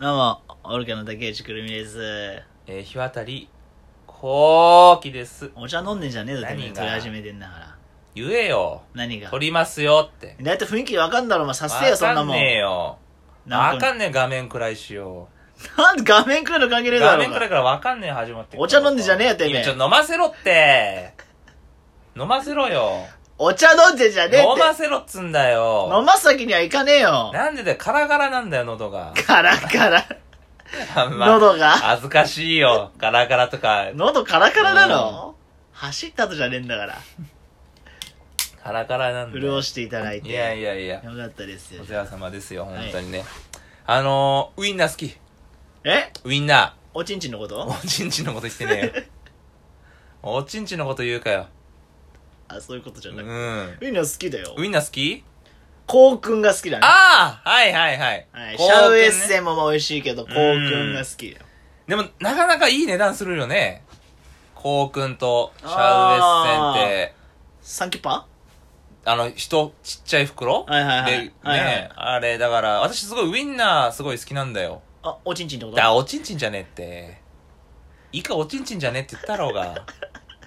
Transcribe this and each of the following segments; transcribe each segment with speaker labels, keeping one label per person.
Speaker 1: どうも、オルカの竹内くるみです。
Speaker 2: えー、日渡り、ほうきです。
Speaker 1: お茶飲んでんじゃねえぞ、てめえ
Speaker 2: 何が
Speaker 1: 取り始めてんだから。
Speaker 2: 言えよ。
Speaker 1: 何が
Speaker 2: 取りますよって。
Speaker 1: だいたい雰囲気わかんだろ、お前。させてよ、そんなも
Speaker 2: わか
Speaker 1: ん。
Speaker 2: ねえよ。
Speaker 1: なん
Speaker 2: わ
Speaker 1: か
Speaker 2: かんねえ画面暗いしよ
Speaker 1: なんで画面くるの関係ねえ
Speaker 2: う。
Speaker 1: だ
Speaker 2: 画
Speaker 1: ろ。お
Speaker 2: 面暗
Speaker 1: 前
Speaker 2: いからわかんねえ始まって
Speaker 1: お茶飲んでんじゃねえよてめえ
Speaker 2: いやちょ、飲ませろって。飲ませろよ。
Speaker 1: お茶飲んでんじゃねえって。
Speaker 2: 飲ませろっつんだ
Speaker 1: 飲
Speaker 2: よ。
Speaker 1: ます先にはいかねえよ。
Speaker 2: なんでだよ、カラカラなんだよ、喉が。
Speaker 1: カラカラ。
Speaker 2: あんま
Speaker 1: 喉が
Speaker 2: 恥ずかしいよ。カラカラとか、
Speaker 1: 喉カラカラなの走った後じゃねえんだから。
Speaker 2: カラカラなんだよ。
Speaker 1: 潤していただいて。
Speaker 2: いやいやいや。
Speaker 1: よかったですよ
Speaker 2: お。世話様ですよ、本当にね。あのー、ウインナー好き。
Speaker 1: え
Speaker 2: ウインナ
Speaker 1: おちんちんのこ
Speaker 2: ー。
Speaker 1: と
Speaker 2: おちんちんのこと言ってねえよ。おちんちんのこと言うかよ。
Speaker 1: あ、そういうことじゃ
Speaker 2: う
Speaker 1: なくて。
Speaker 2: ん。
Speaker 1: ウィンナー好きだよ。
Speaker 2: ウインナー好き
Speaker 1: コウくんが好きだね。
Speaker 2: ああはいはいはい。
Speaker 1: はい、シ
Speaker 2: こう
Speaker 1: ャウエッ
Speaker 2: ね
Speaker 1: センも美味しいけど、コウくんが好きだよ。
Speaker 2: でも、なかなかいい値段するよね。コウくんとシャウエッセンって、
Speaker 1: サンキュッパ
Speaker 2: あの、人、ちっちゃい袋
Speaker 1: はいはいはい
Speaker 2: で、ね、
Speaker 1: はいはい
Speaker 2: あれ、だから、私すごいウインナーすごい好きなんだよ。
Speaker 1: あ、おちんちんってこと
Speaker 2: だおちんちんじゃねえっていいかおちんちんじゃねえって言ったろ うが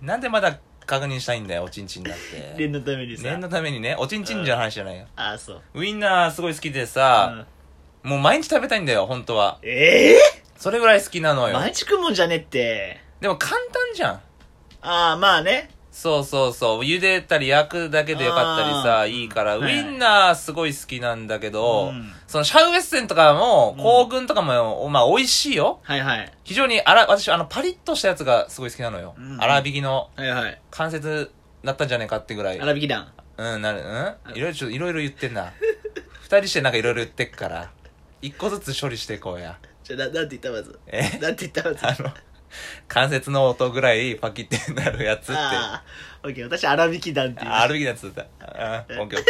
Speaker 2: なんでまだ確認したいんだよおちんちんだって
Speaker 1: 念のためにさ
Speaker 2: 念。のためにねおちんちんじゃ話じゃないよ、
Speaker 1: あ、そう。
Speaker 2: ウインナーすごい好きで
Speaker 1: う
Speaker 2: さ、
Speaker 1: ん
Speaker 2: もう毎日食べたいんだよ本当は
Speaker 1: ええ
Speaker 2: それぐらい好きなのよ
Speaker 1: 毎日食うもんじゃねえって。
Speaker 2: でも簡単じゃん
Speaker 1: ああ、まあね。
Speaker 2: そうそうそう茹でたり焼くだけでよかったり
Speaker 1: あ
Speaker 2: さいいか
Speaker 1: は
Speaker 2: ら、
Speaker 1: いはい
Speaker 2: ウインナーすごい好きなんだけど、
Speaker 1: うん
Speaker 2: そのシャウエッセンとかも
Speaker 1: うん
Speaker 2: コウグンとかも、まあ美味しいよ
Speaker 1: はいはい。
Speaker 2: 非常にあら私あのパリッとしたやつがすごい好きなのよ、
Speaker 1: うん
Speaker 2: 粗挽きの
Speaker 1: はいはい。
Speaker 2: 関節なったんじゃねえかってぐらい。
Speaker 1: 粗挽き団。
Speaker 2: うん、なる、うんいろいろちょ、いろいろ言ってんな。二人してなんかいろいろ言ってっから。一個ずつ処理していこうや。
Speaker 1: じゃ、な、なんて言ったまず。
Speaker 2: え
Speaker 1: なんて言ったまず。
Speaker 2: あの、関節の音ぐらいパキってなるやつって。あ
Speaker 1: ああ、オッケー、私、粗挽き団って言いま
Speaker 2: 歩きのやつだった。うん、オッケーオッケ
Speaker 1: す。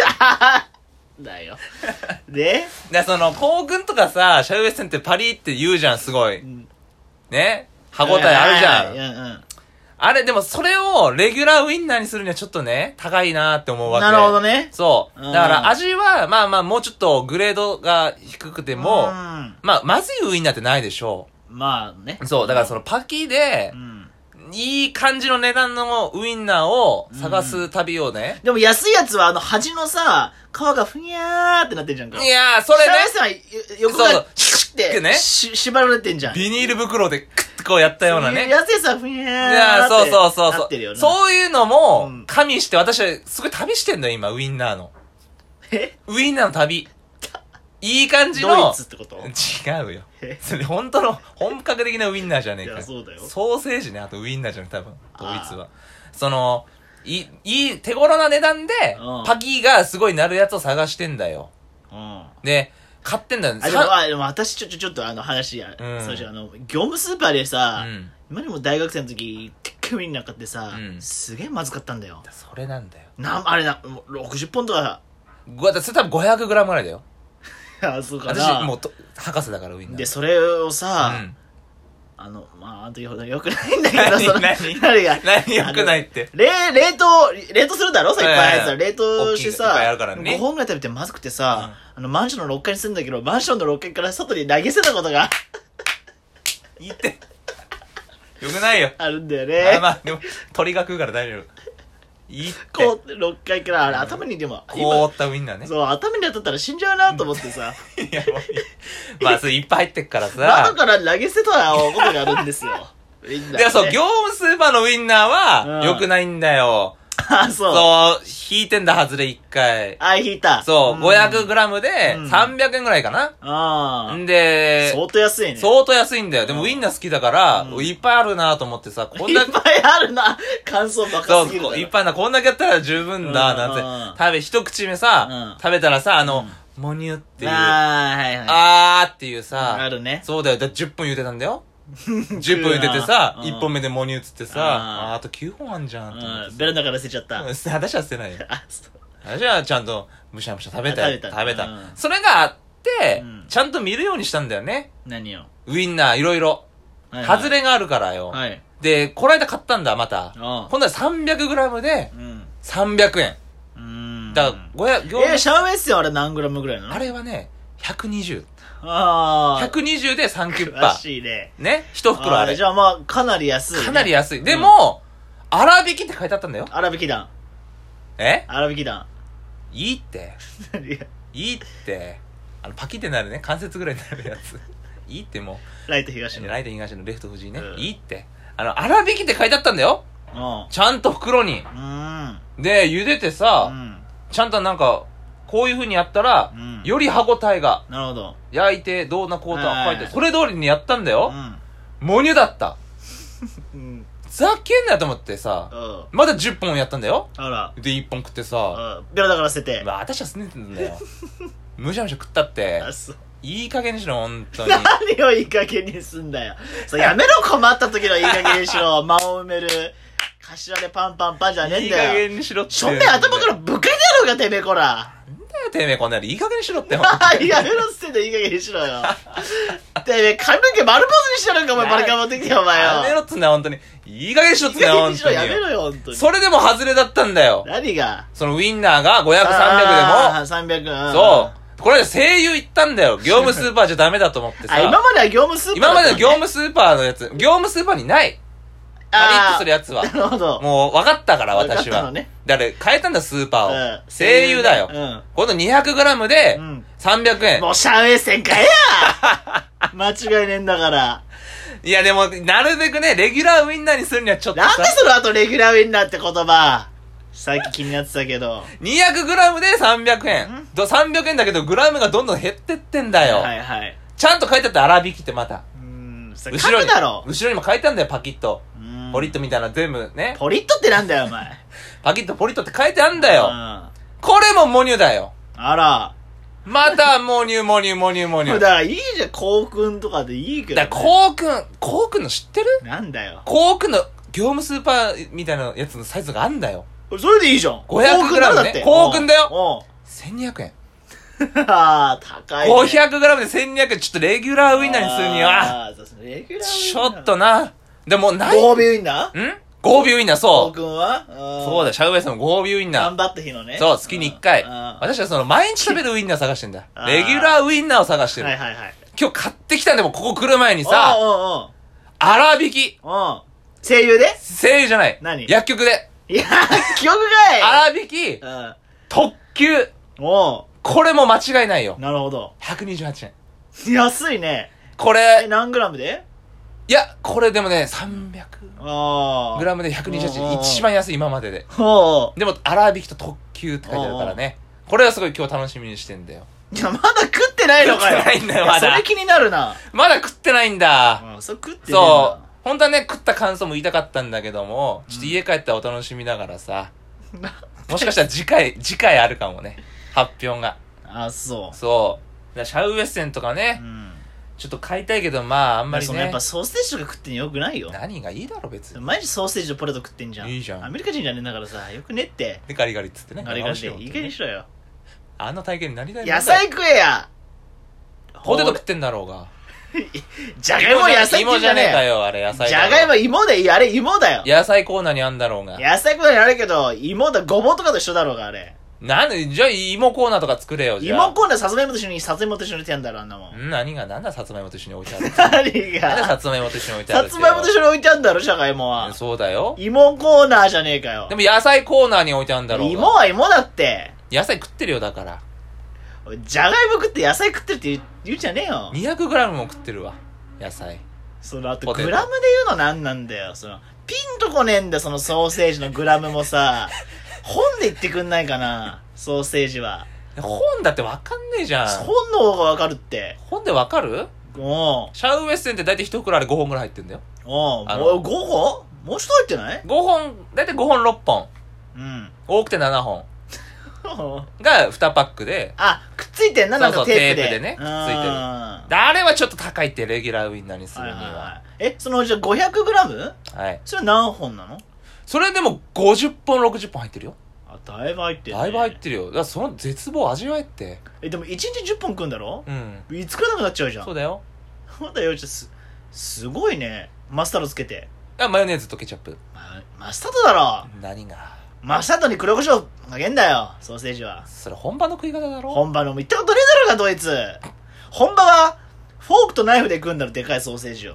Speaker 1: だ よ。で、
Speaker 2: ー。で、その、コウ君とかさ、シャウエッセンってパリって言うじゃん、すごい。
Speaker 1: ん
Speaker 2: ね歯応えあるじゃん。
Speaker 1: ん。うん
Speaker 2: あれ、でもそれをレギュラーウインナーにするにはちょっとね、高いなーって思う
Speaker 1: うん。
Speaker 2: わけ。
Speaker 1: なるほどね。
Speaker 2: そう。
Speaker 1: うん
Speaker 2: だから味は、まあまあ、もうちょっとグレードが低くても、
Speaker 1: ん
Speaker 2: まあ、まずいウインナーってないでしょ
Speaker 1: まあね
Speaker 2: う。。そう、だからそのパキで
Speaker 1: う、ん。
Speaker 2: いい感じの値段のウインナーを探す旅をね。
Speaker 1: でも安いやつは、あの、端のさ、皮がふにゃーってなってんじゃんか。
Speaker 2: いやー、それね、
Speaker 1: シャワーさん、横
Speaker 2: そ
Speaker 1: が
Speaker 2: う、
Speaker 1: シュッ
Speaker 2: シュッて
Speaker 1: て、
Speaker 2: ね
Speaker 1: し縛られてんじゃん。
Speaker 2: ビニール袋でクッてこうやったようなね。い
Speaker 1: 安いさ、ふにゃー
Speaker 2: や
Speaker 1: っ
Speaker 2: ー、
Speaker 1: て。
Speaker 2: そうそうそう
Speaker 1: な
Speaker 2: そ
Speaker 1: ってるよ
Speaker 2: う。
Speaker 1: な。
Speaker 2: そういうの
Speaker 1: う
Speaker 2: も
Speaker 1: ん、
Speaker 2: 加味して、私はすごい旅してんだよ、今、ウインナーの。
Speaker 1: え
Speaker 2: ウインナーの旅。いい感じ
Speaker 1: ド
Speaker 2: の
Speaker 1: イツ。ってこと
Speaker 2: 違うよ。
Speaker 1: え
Speaker 2: それ本当の本格的なウインナーじゃねえ
Speaker 1: い
Speaker 2: か
Speaker 1: やそうだよ
Speaker 2: ソーセージねあとウインナーじゃねえ多分ドイ
Speaker 1: あー
Speaker 2: ツはそのいいい手頃な値段で
Speaker 1: うん
Speaker 2: パキがすごいなるやつを探してんだよ
Speaker 1: うん。あ、
Speaker 2: で買ってんだよ
Speaker 1: でも、
Speaker 2: さ
Speaker 1: あでも私、ちょ、ちょ、ちょっとあの話や、
Speaker 2: うん
Speaker 1: そうしようあの、業務スーパーでさ
Speaker 2: う、ん
Speaker 1: 今でも大学生の時、テックミンなんかってさ
Speaker 2: う、ん
Speaker 1: すげえまずかったんだよ。
Speaker 2: それなんだよ
Speaker 1: なん、あれな、もう60本とか、
Speaker 2: ごだそれ多分 500g ぐらいだよ
Speaker 1: あ、そうか
Speaker 2: 私
Speaker 1: な。
Speaker 2: もうと博士だからウインナー
Speaker 1: で、それをさ、
Speaker 2: うん
Speaker 1: あの、まあ、あんたよよくないんだけど、
Speaker 2: 何
Speaker 1: その、
Speaker 2: 何
Speaker 1: 何が
Speaker 2: 何よくないって
Speaker 1: 冷、冷凍、冷凍するだろさ、いっぱい入ってたら。
Speaker 2: はいはいはい
Speaker 1: 冷凍して
Speaker 2: 大きいのいっぱいあ
Speaker 1: さ、
Speaker 2: るからね
Speaker 1: 5本ぐらい食べてまずくてさ、あの、マンションの6階に住んだけど、マンションの6階から外に投げ捨てたことが
Speaker 2: 言ってよくないよ
Speaker 1: あるんだよ
Speaker 2: あ
Speaker 1: ね。
Speaker 2: まあでも鳥が食うから大丈夫いいって
Speaker 1: こう、6階から、あれ、頭にでも、
Speaker 2: 凍
Speaker 1: 今、
Speaker 2: ったウインナーね
Speaker 1: そう、頭に当たったら死んじゃうなと思って さ、
Speaker 2: いやもういいまあそれいっぱい入ってっからさ
Speaker 1: 窓から投げ捨てたことがあるんですよ。みんなね
Speaker 2: でもそう、業務スーパーのウインナー
Speaker 1: うん
Speaker 2: は、良くないんだよ。
Speaker 1: あ、そう。
Speaker 2: そう、引いてんだ、外れ一回。
Speaker 1: あ、引いた。
Speaker 2: そう、
Speaker 1: ん
Speaker 2: 500g で
Speaker 1: うん
Speaker 2: 300円ぐらいかな。
Speaker 1: あ
Speaker 2: ん
Speaker 1: あ。
Speaker 2: で、
Speaker 1: 相当安いね。
Speaker 2: 相当安いんだよ。でも
Speaker 1: うん
Speaker 2: ウインナー好きだから
Speaker 1: う、ん
Speaker 2: いっぱいあるなと思ってさ、こんだ
Speaker 1: いっ
Speaker 2: け、
Speaker 1: ぱいあるな。感想バ
Speaker 2: そ
Speaker 1: カすぎるだろ。
Speaker 2: う、いっぱいな、こんだけやったら十分だ、
Speaker 1: うん
Speaker 2: なんて。食べ、一口目さ
Speaker 1: うん、
Speaker 2: 食べたらさ、あの、モニュっていう、あ
Speaker 1: ああ、はいはい。
Speaker 2: ーっていう
Speaker 1: あ
Speaker 2: さ、
Speaker 1: るね。
Speaker 2: そうだよ。だって10分茹でたんだよ。10分茹でて
Speaker 1: う
Speaker 2: さ、
Speaker 1: ん
Speaker 2: 1本目でモニュつって
Speaker 1: あ
Speaker 2: さ、
Speaker 1: ー
Speaker 2: あーあと9本あんじゃんと思って
Speaker 1: う
Speaker 2: さ
Speaker 1: ん、ベランダから捨てちゃった。
Speaker 2: うん捨て 私は捨てないよ。
Speaker 1: あそう
Speaker 2: 私はちゃんと、むしゃむしゃ食べたよ。
Speaker 1: あ食べた
Speaker 2: 食べた。
Speaker 1: うん
Speaker 2: それがあって、
Speaker 1: うん
Speaker 2: ちゃんと見るようにしたんだよね。
Speaker 1: 何よ。
Speaker 2: ウインナー、いろいろ。
Speaker 1: れ
Speaker 2: 外れがあるからよ。
Speaker 1: はい。
Speaker 2: で、こないだ買ったんだ、また。
Speaker 1: あ
Speaker 2: 今度は 300g で
Speaker 1: うん。
Speaker 2: 300円。
Speaker 1: うん。
Speaker 2: だから、500、業
Speaker 1: えー、
Speaker 2: 務
Speaker 1: シャウエッセンはあれ何グラムぐらいなの
Speaker 2: あれはね、120。
Speaker 1: ああ。
Speaker 2: 120で3キュッ
Speaker 1: 詳
Speaker 2: パ。
Speaker 1: しいね。
Speaker 2: ね一袋あ
Speaker 1: ー
Speaker 2: れ
Speaker 1: じ。ゃあまあ、かなり安い、
Speaker 2: かなり
Speaker 1: 安い。
Speaker 2: 安い。でも、粗挽きって書いてあったんだよ。
Speaker 1: 粗挽き団。
Speaker 2: え
Speaker 1: 粗挽き 団。
Speaker 2: いいって。いいって。あの、パキってなるね。関節ぐらいになるやつ。 いいっても
Speaker 1: ライト東
Speaker 2: う、
Speaker 1: の。
Speaker 2: ライト東のレフト藤井ね。
Speaker 1: うん
Speaker 2: いいって。あの、粗挽きって書いてあったんだよ。
Speaker 1: うん。
Speaker 2: ちゃんと袋に。
Speaker 1: うん。
Speaker 2: で、茹でてさ、
Speaker 1: うん。
Speaker 2: ちゃんとなんか、こういう風にやったら、
Speaker 1: うん
Speaker 2: より歯応えが、
Speaker 1: なるほど。
Speaker 2: 焼いて、どうなこうとは書いて、
Speaker 1: はい
Speaker 2: それ通りにやったんだよ。
Speaker 1: う
Speaker 2: モニュだった。
Speaker 1: ん。
Speaker 2: ふざけんなよと思ってさ、
Speaker 1: うん。
Speaker 2: まだ10本やったんだよ。
Speaker 1: あら。
Speaker 2: で、1本食ってさ、
Speaker 1: うん。ベロだから捨てて。
Speaker 2: まあ、私はすねてんだよ。 むしゃむしゃ食ったって
Speaker 1: あ、、そう。
Speaker 2: いい加減にしろ、本当 に。
Speaker 1: 何をいい加減にすんだよ。そう、やめろ、困った時のいい加減にし ろ。間を埋める。頭でパンパンパンじゃねえ
Speaker 2: い
Speaker 1: ん
Speaker 2: い
Speaker 1: だ
Speaker 2: 加
Speaker 1: よ。
Speaker 2: 減にしろって。
Speaker 1: 正面頭からぶっかけだろうが、てめえこら。
Speaker 2: てめえ、こんなのいい加減にしろって、ほん
Speaker 1: やめろっつってんだよ、いい加減にしろ よ。てめえ、髪の毛丸坊主にしてやろうか、お前、バリカン持ってきて、お前よ。
Speaker 2: やめろっつうんだよ、本当に。いい加減にしろっ
Speaker 1: い
Speaker 2: つう
Speaker 1: い
Speaker 2: んだ
Speaker 1: 加
Speaker 2: よ、
Speaker 1: 減
Speaker 2: 本
Speaker 1: にしろ、やめ
Speaker 2: 当
Speaker 1: ろよ、本当
Speaker 2: に。
Speaker 1: に。
Speaker 2: それでも外れだったんだよ。
Speaker 1: 何が
Speaker 2: そのウィンナーが500、300
Speaker 1: あー300、
Speaker 2: で
Speaker 1: うん
Speaker 2: も、そう。これで声優行ったんだよ。業務スーパーじゃダメだと思って
Speaker 1: あ、
Speaker 2: さ。
Speaker 1: 今までは業務スーパー
Speaker 2: 今までの業
Speaker 1: 務
Speaker 2: 務スーパーのやつ、業務スーパーにない。パリッとするやつは
Speaker 1: な。るほど。
Speaker 2: もう分かったから、私
Speaker 1: 分かった
Speaker 2: は。
Speaker 1: のね
Speaker 2: だから変えたんだ、スーパーを。
Speaker 1: うん
Speaker 2: 声優だよ。
Speaker 1: うん
Speaker 2: 今度 200g で
Speaker 1: うん
Speaker 2: 300円。
Speaker 1: もうシャウエッセン かえや間違いねえんだから。
Speaker 2: いや、でも、なるべくね、レギュラーウィンナーにするにはちょっと
Speaker 1: なん
Speaker 2: さ
Speaker 1: で。その後レギュラーウィンナーって言葉。さっき気になってたけど。
Speaker 2: 200g で300
Speaker 1: う
Speaker 2: 円。ど300円だけど、グラムがどんどん減ってってんだよ。
Speaker 1: はいはい。
Speaker 2: ちゃんと書いてあった粗挽きってまた。
Speaker 1: うーん、それ書
Speaker 2: 後ろ
Speaker 1: く
Speaker 2: に
Speaker 1: だろ。。
Speaker 2: 後ろにも書いてあんだよ、パキッと。
Speaker 1: うん
Speaker 2: ポリッ。トみたいな全部ね。
Speaker 1: ポリットってなんだよ、お前。
Speaker 2: パキッとポリッとって書いてあんだ
Speaker 1: う
Speaker 2: よ。
Speaker 1: ん
Speaker 2: これもモニュだよ。
Speaker 1: あら。
Speaker 2: また、モニュ、モニュ、モニュ、モニ
Speaker 1: だか
Speaker 2: ュ。だから
Speaker 1: いいじゃん、コウ君とかでいいけど、
Speaker 2: ら、コウくん、コウくんの知ってる
Speaker 1: なんだよ。
Speaker 2: コウくんの業務スーパーみたいなやつのサイズがあんだよ。
Speaker 1: それでいいじゃん。
Speaker 2: 500グラムね
Speaker 1: コ
Speaker 2: コ
Speaker 1: ウ君
Speaker 2: ウ君
Speaker 1: だ
Speaker 2: だ
Speaker 1: よ
Speaker 2: よ
Speaker 1: お
Speaker 2: 1200円。
Speaker 1: う。ああ、高い、ね。
Speaker 2: 500g で1200円。ちょっとレギュラーウィンナーにするには、
Speaker 1: あーそうですねレギュラーウィンナー
Speaker 2: ちょっとな。でも、ない。
Speaker 1: ご
Speaker 2: ん
Speaker 1: 褒美ウィンナー
Speaker 2: 合ビウィンナー、
Speaker 1: コウ
Speaker 2: そう。
Speaker 1: 君はそ
Speaker 2: そうだ、シャウエイさんも合ビウィンナ
Speaker 1: 頑
Speaker 2: ー。
Speaker 1: 張った日のね。
Speaker 2: そう、月に1回
Speaker 1: うんうん。は
Speaker 2: 私はその、毎日食べるウィンナー探してんだ
Speaker 1: あ。ー
Speaker 2: レギュラーウィンナーを探し
Speaker 1: い
Speaker 2: て
Speaker 1: はい
Speaker 2: る。
Speaker 1: はい。
Speaker 2: 今日買ってきたんで、もうここ来る前にさ、
Speaker 1: おう
Speaker 2: 粗挽き。
Speaker 1: おうおう。うん。声優で
Speaker 2: 声優じゃない。
Speaker 1: 何
Speaker 2: 薬局で。
Speaker 1: いや、記憶がい
Speaker 2: 粗挽き、
Speaker 1: うん。
Speaker 2: 特急。
Speaker 1: お
Speaker 2: これも間違いないよ
Speaker 1: う。。なるほど。
Speaker 2: 128円。
Speaker 1: 安いね。
Speaker 2: こ
Speaker 1: え、
Speaker 2: れ、
Speaker 1: 何グラムで
Speaker 2: いや、これでもね、300
Speaker 1: ああ。
Speaker 2: グラムで128
Speaker 1: うんうん
Speaker 2: 円。一番安い、今までで。
Speaker 1: ほう。
Speaker 2: でも、粗挽きと特急って書いてあるからね。これはすごい今日楽しみにしてんだよ。
Speaker 1: いや、まだ食ってないのかよ。
Speaker 2: 食ってないんだよまだ
Speaker 1: それ気になるな。
Speaker 2: まだ食ってないんだ。
Speaker 1: うん、それ食ってねえ
Speaker 2: そ
Speaker 1: な
Speaker 2: う。本当はね、食った感想も言いたかったんだけども、ちょっと家帰ったらお楽しみだからさ。もしかしたら 次回、次回あるかもね。発表が。
Speaker 1: あ、そ
Speaker 2: そう。だからシャウエッセンとか
Speaker 1: う。う
Speaker 2: ね、
Speaker 1: ん。
Speaker 2: ちょっと買いたいけど、まあ、あんまり
Speaker 1: そのやっ
Speaker 2: ね
Speaker 1: ぱ。ソーセージとか食ってんのよくないよ。
Speaker 2: 何がいいだろ、別に。
Speaker 1: 毎日ソーセージとポテト食ってんじゃん。
Speaker 2: いいじゃん
Speaker 1: アメリカ人じゃねえんだからさ、よくねって。
Speaker 2: で、ガリガリっつってね。
Speaker 1: あれがし
Speaker 2: よ
Speaker 1: よ。いい加減にしろよ。
Speaker 2: あんな体験になりたいもんだ よ
Speaker 1: 野菜食えや
Speaker 2: ポテト
Speaker 1: ほ
Speaker 2: 食ってんだろうが。
Speaker 1: うじゃがいも野菜食
Speaker 2: 芋
Speaker 1: う
Speaker 2: じ
Speaker 1: じゃ
Speaker 2: ゃねえか
Speaker 1: ね
Speaker 2: よ、あれ野
Speaker 1: え。
Speaker 2: 菜
Speaker 1: じ
Speaker 2: だろ
Speaker 1: ゃがいも芋でいい、あれ芋だよ。
Speaker 2: 野菜コーナーにあんだろうが。
Speaker 1: 野菜食うのにあれけど、芋だ、ごぼうとかと一緒だろうが、あれ。
Speaker 2: なんで、じゃあ芋コーナーとか作れよ、じゃあ。
Speaker 1: 芋コーナーさつまいもと一緒にさつまいもと一緒に置いてやんだろ、あんなもん。
Speaker 2: ん何が、なんださつまいもと一緒に置いてあ る
Speaker 1: 何
Speaker 2: なんだ
Speaker 1: が
Speaker 2: さつまいもと一緒に置いてあ
Speaker 1: さ
Speaker 2: る
Speaker 1: つまいもと一
Speaker 2: 緒
Speaker 1: 緒に置いてあんだろ、じゃがいもは。
Speaker 2: そうだよ。
Speaker 1: 芋コーナーじゃねえかよ
Speaker 2: で。も野菜コーナーに置いてあるんだろうが。
Speaker 1: 芋は芋だって。
Speaker 2: 野菜食ってるよ、だから。
Speaker 1: おいじゃがいも食って野菜食ってるって言う言うじゃねえよ。
Speaker 2: 200g も食ってるわ。野菜。
Speaker 1: その後
Speaker 2: ポテ
Speaker 1: グ
Speaker 2: ト
Speaker 1: ラムで言うの何なんだよ。その、ピンとこねえんだよ、そのソーセージのグラムもさ。本で言ってくんないかな、ソーセージは。
Speaker 2: 本だってわかんねえじゃん。
Speaker 1: 本の方がわかるって。
Speaker 2: 本でわかる
Speaker 1: おう
Speaker 2: シャウエッセンって大体一袋あれ5本ぐらい入ってんだよ。
Speaker 1: おう
Speaker 2: あ
Speaker 1: も
Speaker 2: の
Speaker 1: う5本もう一人ってない
Speaker 2: 5本、大体5本6本。
Speaker 1: うん。
Speaker 2: 多くて7本。が2パックで。
Speaker 1: あ、くっついてんな、なん
Speaker 2: そ
Speaker 1: か
Speaker 2: うそう
Speaker 1: テープで。
Speaker 2: テープでねくっついてる
Speaker 1: うん
Speaker 2: であれはちょっと高いって、レギュラーウィンナーにする
Speaker 1: は
Speaker 2: に
Speaker 1: い
Speaker 2: は。
Speaker 1: はい
Speaker 2: は
Speaker 1: はい。え、その、じゃあ 500g?
Speaker 2: い、
Speaker 1: それは何本なの
Speaker 2: それでも50本、60本入ってるよ。
Speaker 1: あ、だいぶ入ってる、ね。
Speaker 2: だいぶ入ってるよ。だからその絶望を味わえって。
Speaker 1: え、でも1日10本食うんだろ
Speaker 2: うん。
Speaker 1: いつ食わなくなっちゃうじゃん。
Speaker 2: そうだよ。
Speaker 1: まだよ、ちょっとす、すごいね。マスタードつけて。
Speaker 2: あマヨネーズとケチャップ。
Speaker 1: ま、マスタードだろ
Speaker 2: 何が
Speaker 1: マスタードに黒胡椒かけんだよ、ソーセージは。
Speaker 2: それ本場の食い方だろ
Speaker 1: 本場のも行ったことねえだろうが、ドイツ。本場は、フォークとナイフで食うんだろ、でかいソーセージを。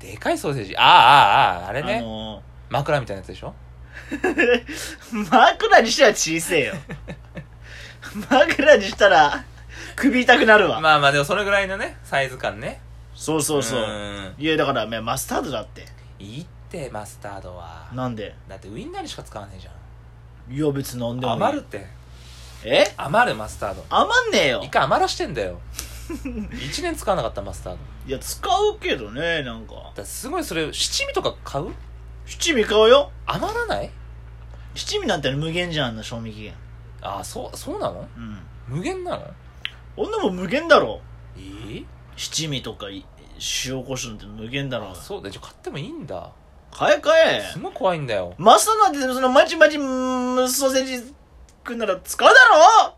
Speaker 2: でかいソーセージ。ああ、ああ、ああ、あれ
Speaker 1: あ
Speaker 2: ね。
Speaker 1: の
Speaker 2: 枕みたいなやつでしょ
Speaker 1: ー、枕にしては小せ えよ。枕にしたら、首痛くなるわ。
Speaker 2: まあまあ、でもそれぐらいのね、サイズ感ね。
Speaker 1: そうそうそう。
Speaker 2: ん
Speaker 1: いや、だから、ね、マスタードだって。
Speaker 2: いいって、マスタードは。
Speaker 1: なんで
Speaker 2: だってウインナーにしか使わねえじゃん。
Speaker 1: いや、別になんでもいい。
Speaker 2: 余るって。
Speaker 1: え
Speaker 2: 余るマスタード。
Speaker 1: 余んねえよ
Speaker 2: 一。回余らしてんだよ。 一年使わなかったマスタード。
Speaker 1: いや、使うけどね、なんか。
Speaker 2: だすごいそれ七味とか買う
Speaker 1: 七味買うよ。
Speaker 2: 余らない
Speaker 1: 七味なんて無限じゃん、あんな賞味期限。
Speaker 2: ああそうそうなの
Speaker 1: うん。
Speaker 2: 無限なの
Speaker 1: 女も無限だろ。
Speaker 2: えー
Speaker 1: 七味とかい塩コショウなんて無限だろ
Speaker 2: あ。そうだじゃあ買ってもいいんだ
Speaker 1: 買え買え。
Speaker 2: すごい怖いんだよ
Speaker 1: マスターなんてそのまちまちうんソーセージ食うなら使うだ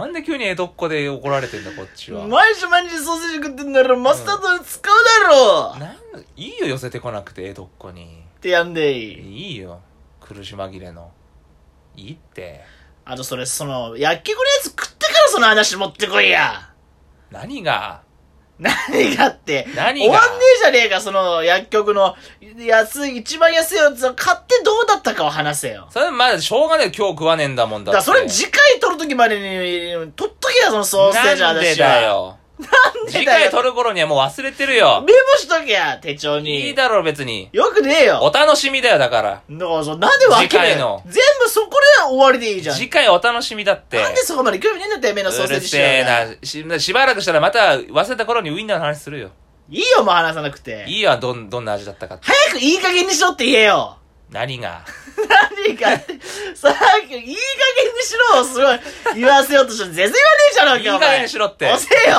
Speaker 2: なんで急に江戸っ子で怒られてんだこっち
Speaker 1: ろ
Speaker 2: は
Speaker 1: 毎日毎日ソーセージ食ってんならマスタード使うだろ、っ
Speaker 2: なんいいよ寄せてこなくて江戸っ子に
Speaker 1: てやんでいい。
Speaker 2: いいよ苦し紛れのいいって
Speaker 1: あとそれその、焼き栗のやつ食ってからその話持ってこいや。
Speaker 2: 何が
Speaker 1: 何がって。
Speaker 2: 何
Speaker 1: 終
Speaker 2: が
Speaker 1: わんねえじゃねえか、その薬局の安い、一番安いやつを買ってどうだったかを話せよ。
Speaker 2: それまだしょうがねえ今日食わねえんだもんだ
Speaker 1: だ
Speaker 2: って
Speaker 1: からそれ次回撮るときまでに、撮っとけや、そのソーセージの話は。
Speaker 2: なんでだよ
Speaker 1: なんで
Speaker 2: 次
Speaker 1: だ
Speaker 2: 回
Speaker 1: よ。
Speaker 2: 撮る頃にはもう忘れてるよ
Speaker 1: メモしとけや、手帳に。
Speaker 2: いいだろ別に
Speaker 1: よくねえよ。
Speaker 2: お楽しみだよだから
Speaker 1: だからそう、なんで分ける
Speaker 2: 次回の
Speaker 1: 全部そこで終わりでいいじゃん。
Speaker 2: 次回お楽しみだって
Speaker 1: なんでそこまで興味ねえんだって、目のソー
Speaker 2: う
Speaker 1: セー
Speaker 2: る
Speaker 1: ジ
Speaker 2: せ
Speaker 1: しよう
Speaker 2: え
Speaker 1: が。
Speaker 2: なししばらくしたらまた忘れた頃にウインナーの話するよ
Speaker 1: いいよ、もう話さなくて。
Speaker 2: いいやどんどんな味だったかって
Speaker 1: 早くいい加減にしろって言えよ。
Speaker 2: 何が
Speaker 1: 何か、さっき、いい加減にしろをすごい言わせようとして、全然言わねえじゃないい
Speaker 2: い
Speaker 1: か、お前
Speaker 2: 加減にしろって
Speaker 1: 押せよ